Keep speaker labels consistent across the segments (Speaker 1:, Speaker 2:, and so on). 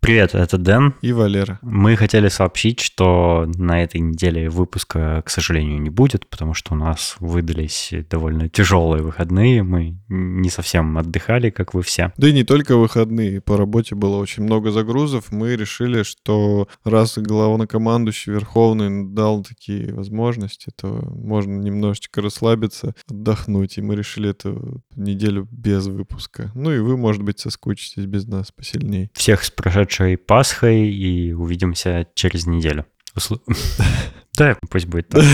Speaker 1: Привет, это Дэн.
Speaker 2: И Валера.
Speaker 1: Мы хотели сообщить, что на этой неделе выпуска, к сожалению, не будет, потому что у нас выдались довольно тяжелые выходные. Мы не совсем отдыхали, как вы все.
Speaker 2: Да и не только выходные. По работе было очень много загрузов. Мы решили, что раз главнокомандующий Верховный дал такие возможности, то можно немножечко расслабиться, отдохнуть. И мы решили эту неделю без выпуска. Ну и вы, может быть, соскучитесь без нас посильней.
Speaker 1: Всех с прошедшей Пасхой и увидимся через неделю. Усл- Да, пусть будет так.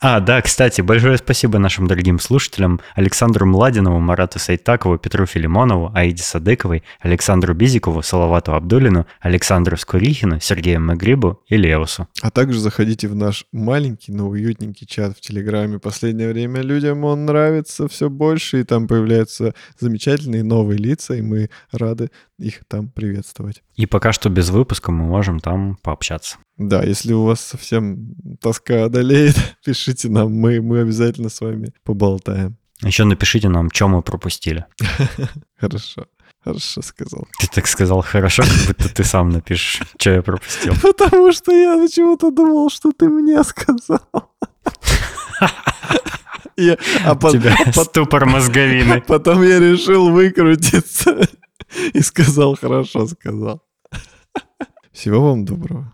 Speaker 1: А, да, кстати, большое спасибо нашим дорогим слушателям Александру Младинову, Марату Сайтакову, Петру Филимонову, Аиде Садыковой, Александру Бизикову, Салавату Абдулину, Александру Скурихину, Сергею Магрибу и Леосу.
Speaker 2: А также заходите в наш маленький, но уютненький чат в Телеграме. Последнее время людям он нравится все больше, и там появляются замечательные новые лица, и мы рады их там приветствовать.
Speaker 1: И пока что без выпуска мы можем там пообщаться.
Speaker 2: Да, если у вас совсем тоска одолеет, пишите нам, мы, мы обязательно с вами поболтаем.
Speaker 1: Еще напишите нам, что мы пропустили.
Speaker 2: Хорошо, хорошо сказал.
Speaker 1: Ты так сказал хорошо, как будто ты сам напишешь, что я пропустил.
Speaker 2: Потому что я почему-то думал, что ты мне сказал. Я- а
Speaker 1: У
Speaker 2: пот-
Speaker 1: тебя
Speaker 2: пот-
Speaker 1: ступор мозговины.
Speaker 2: потом я решил выкрутиться и сказал, хорошо сказал. Всего вам доброго.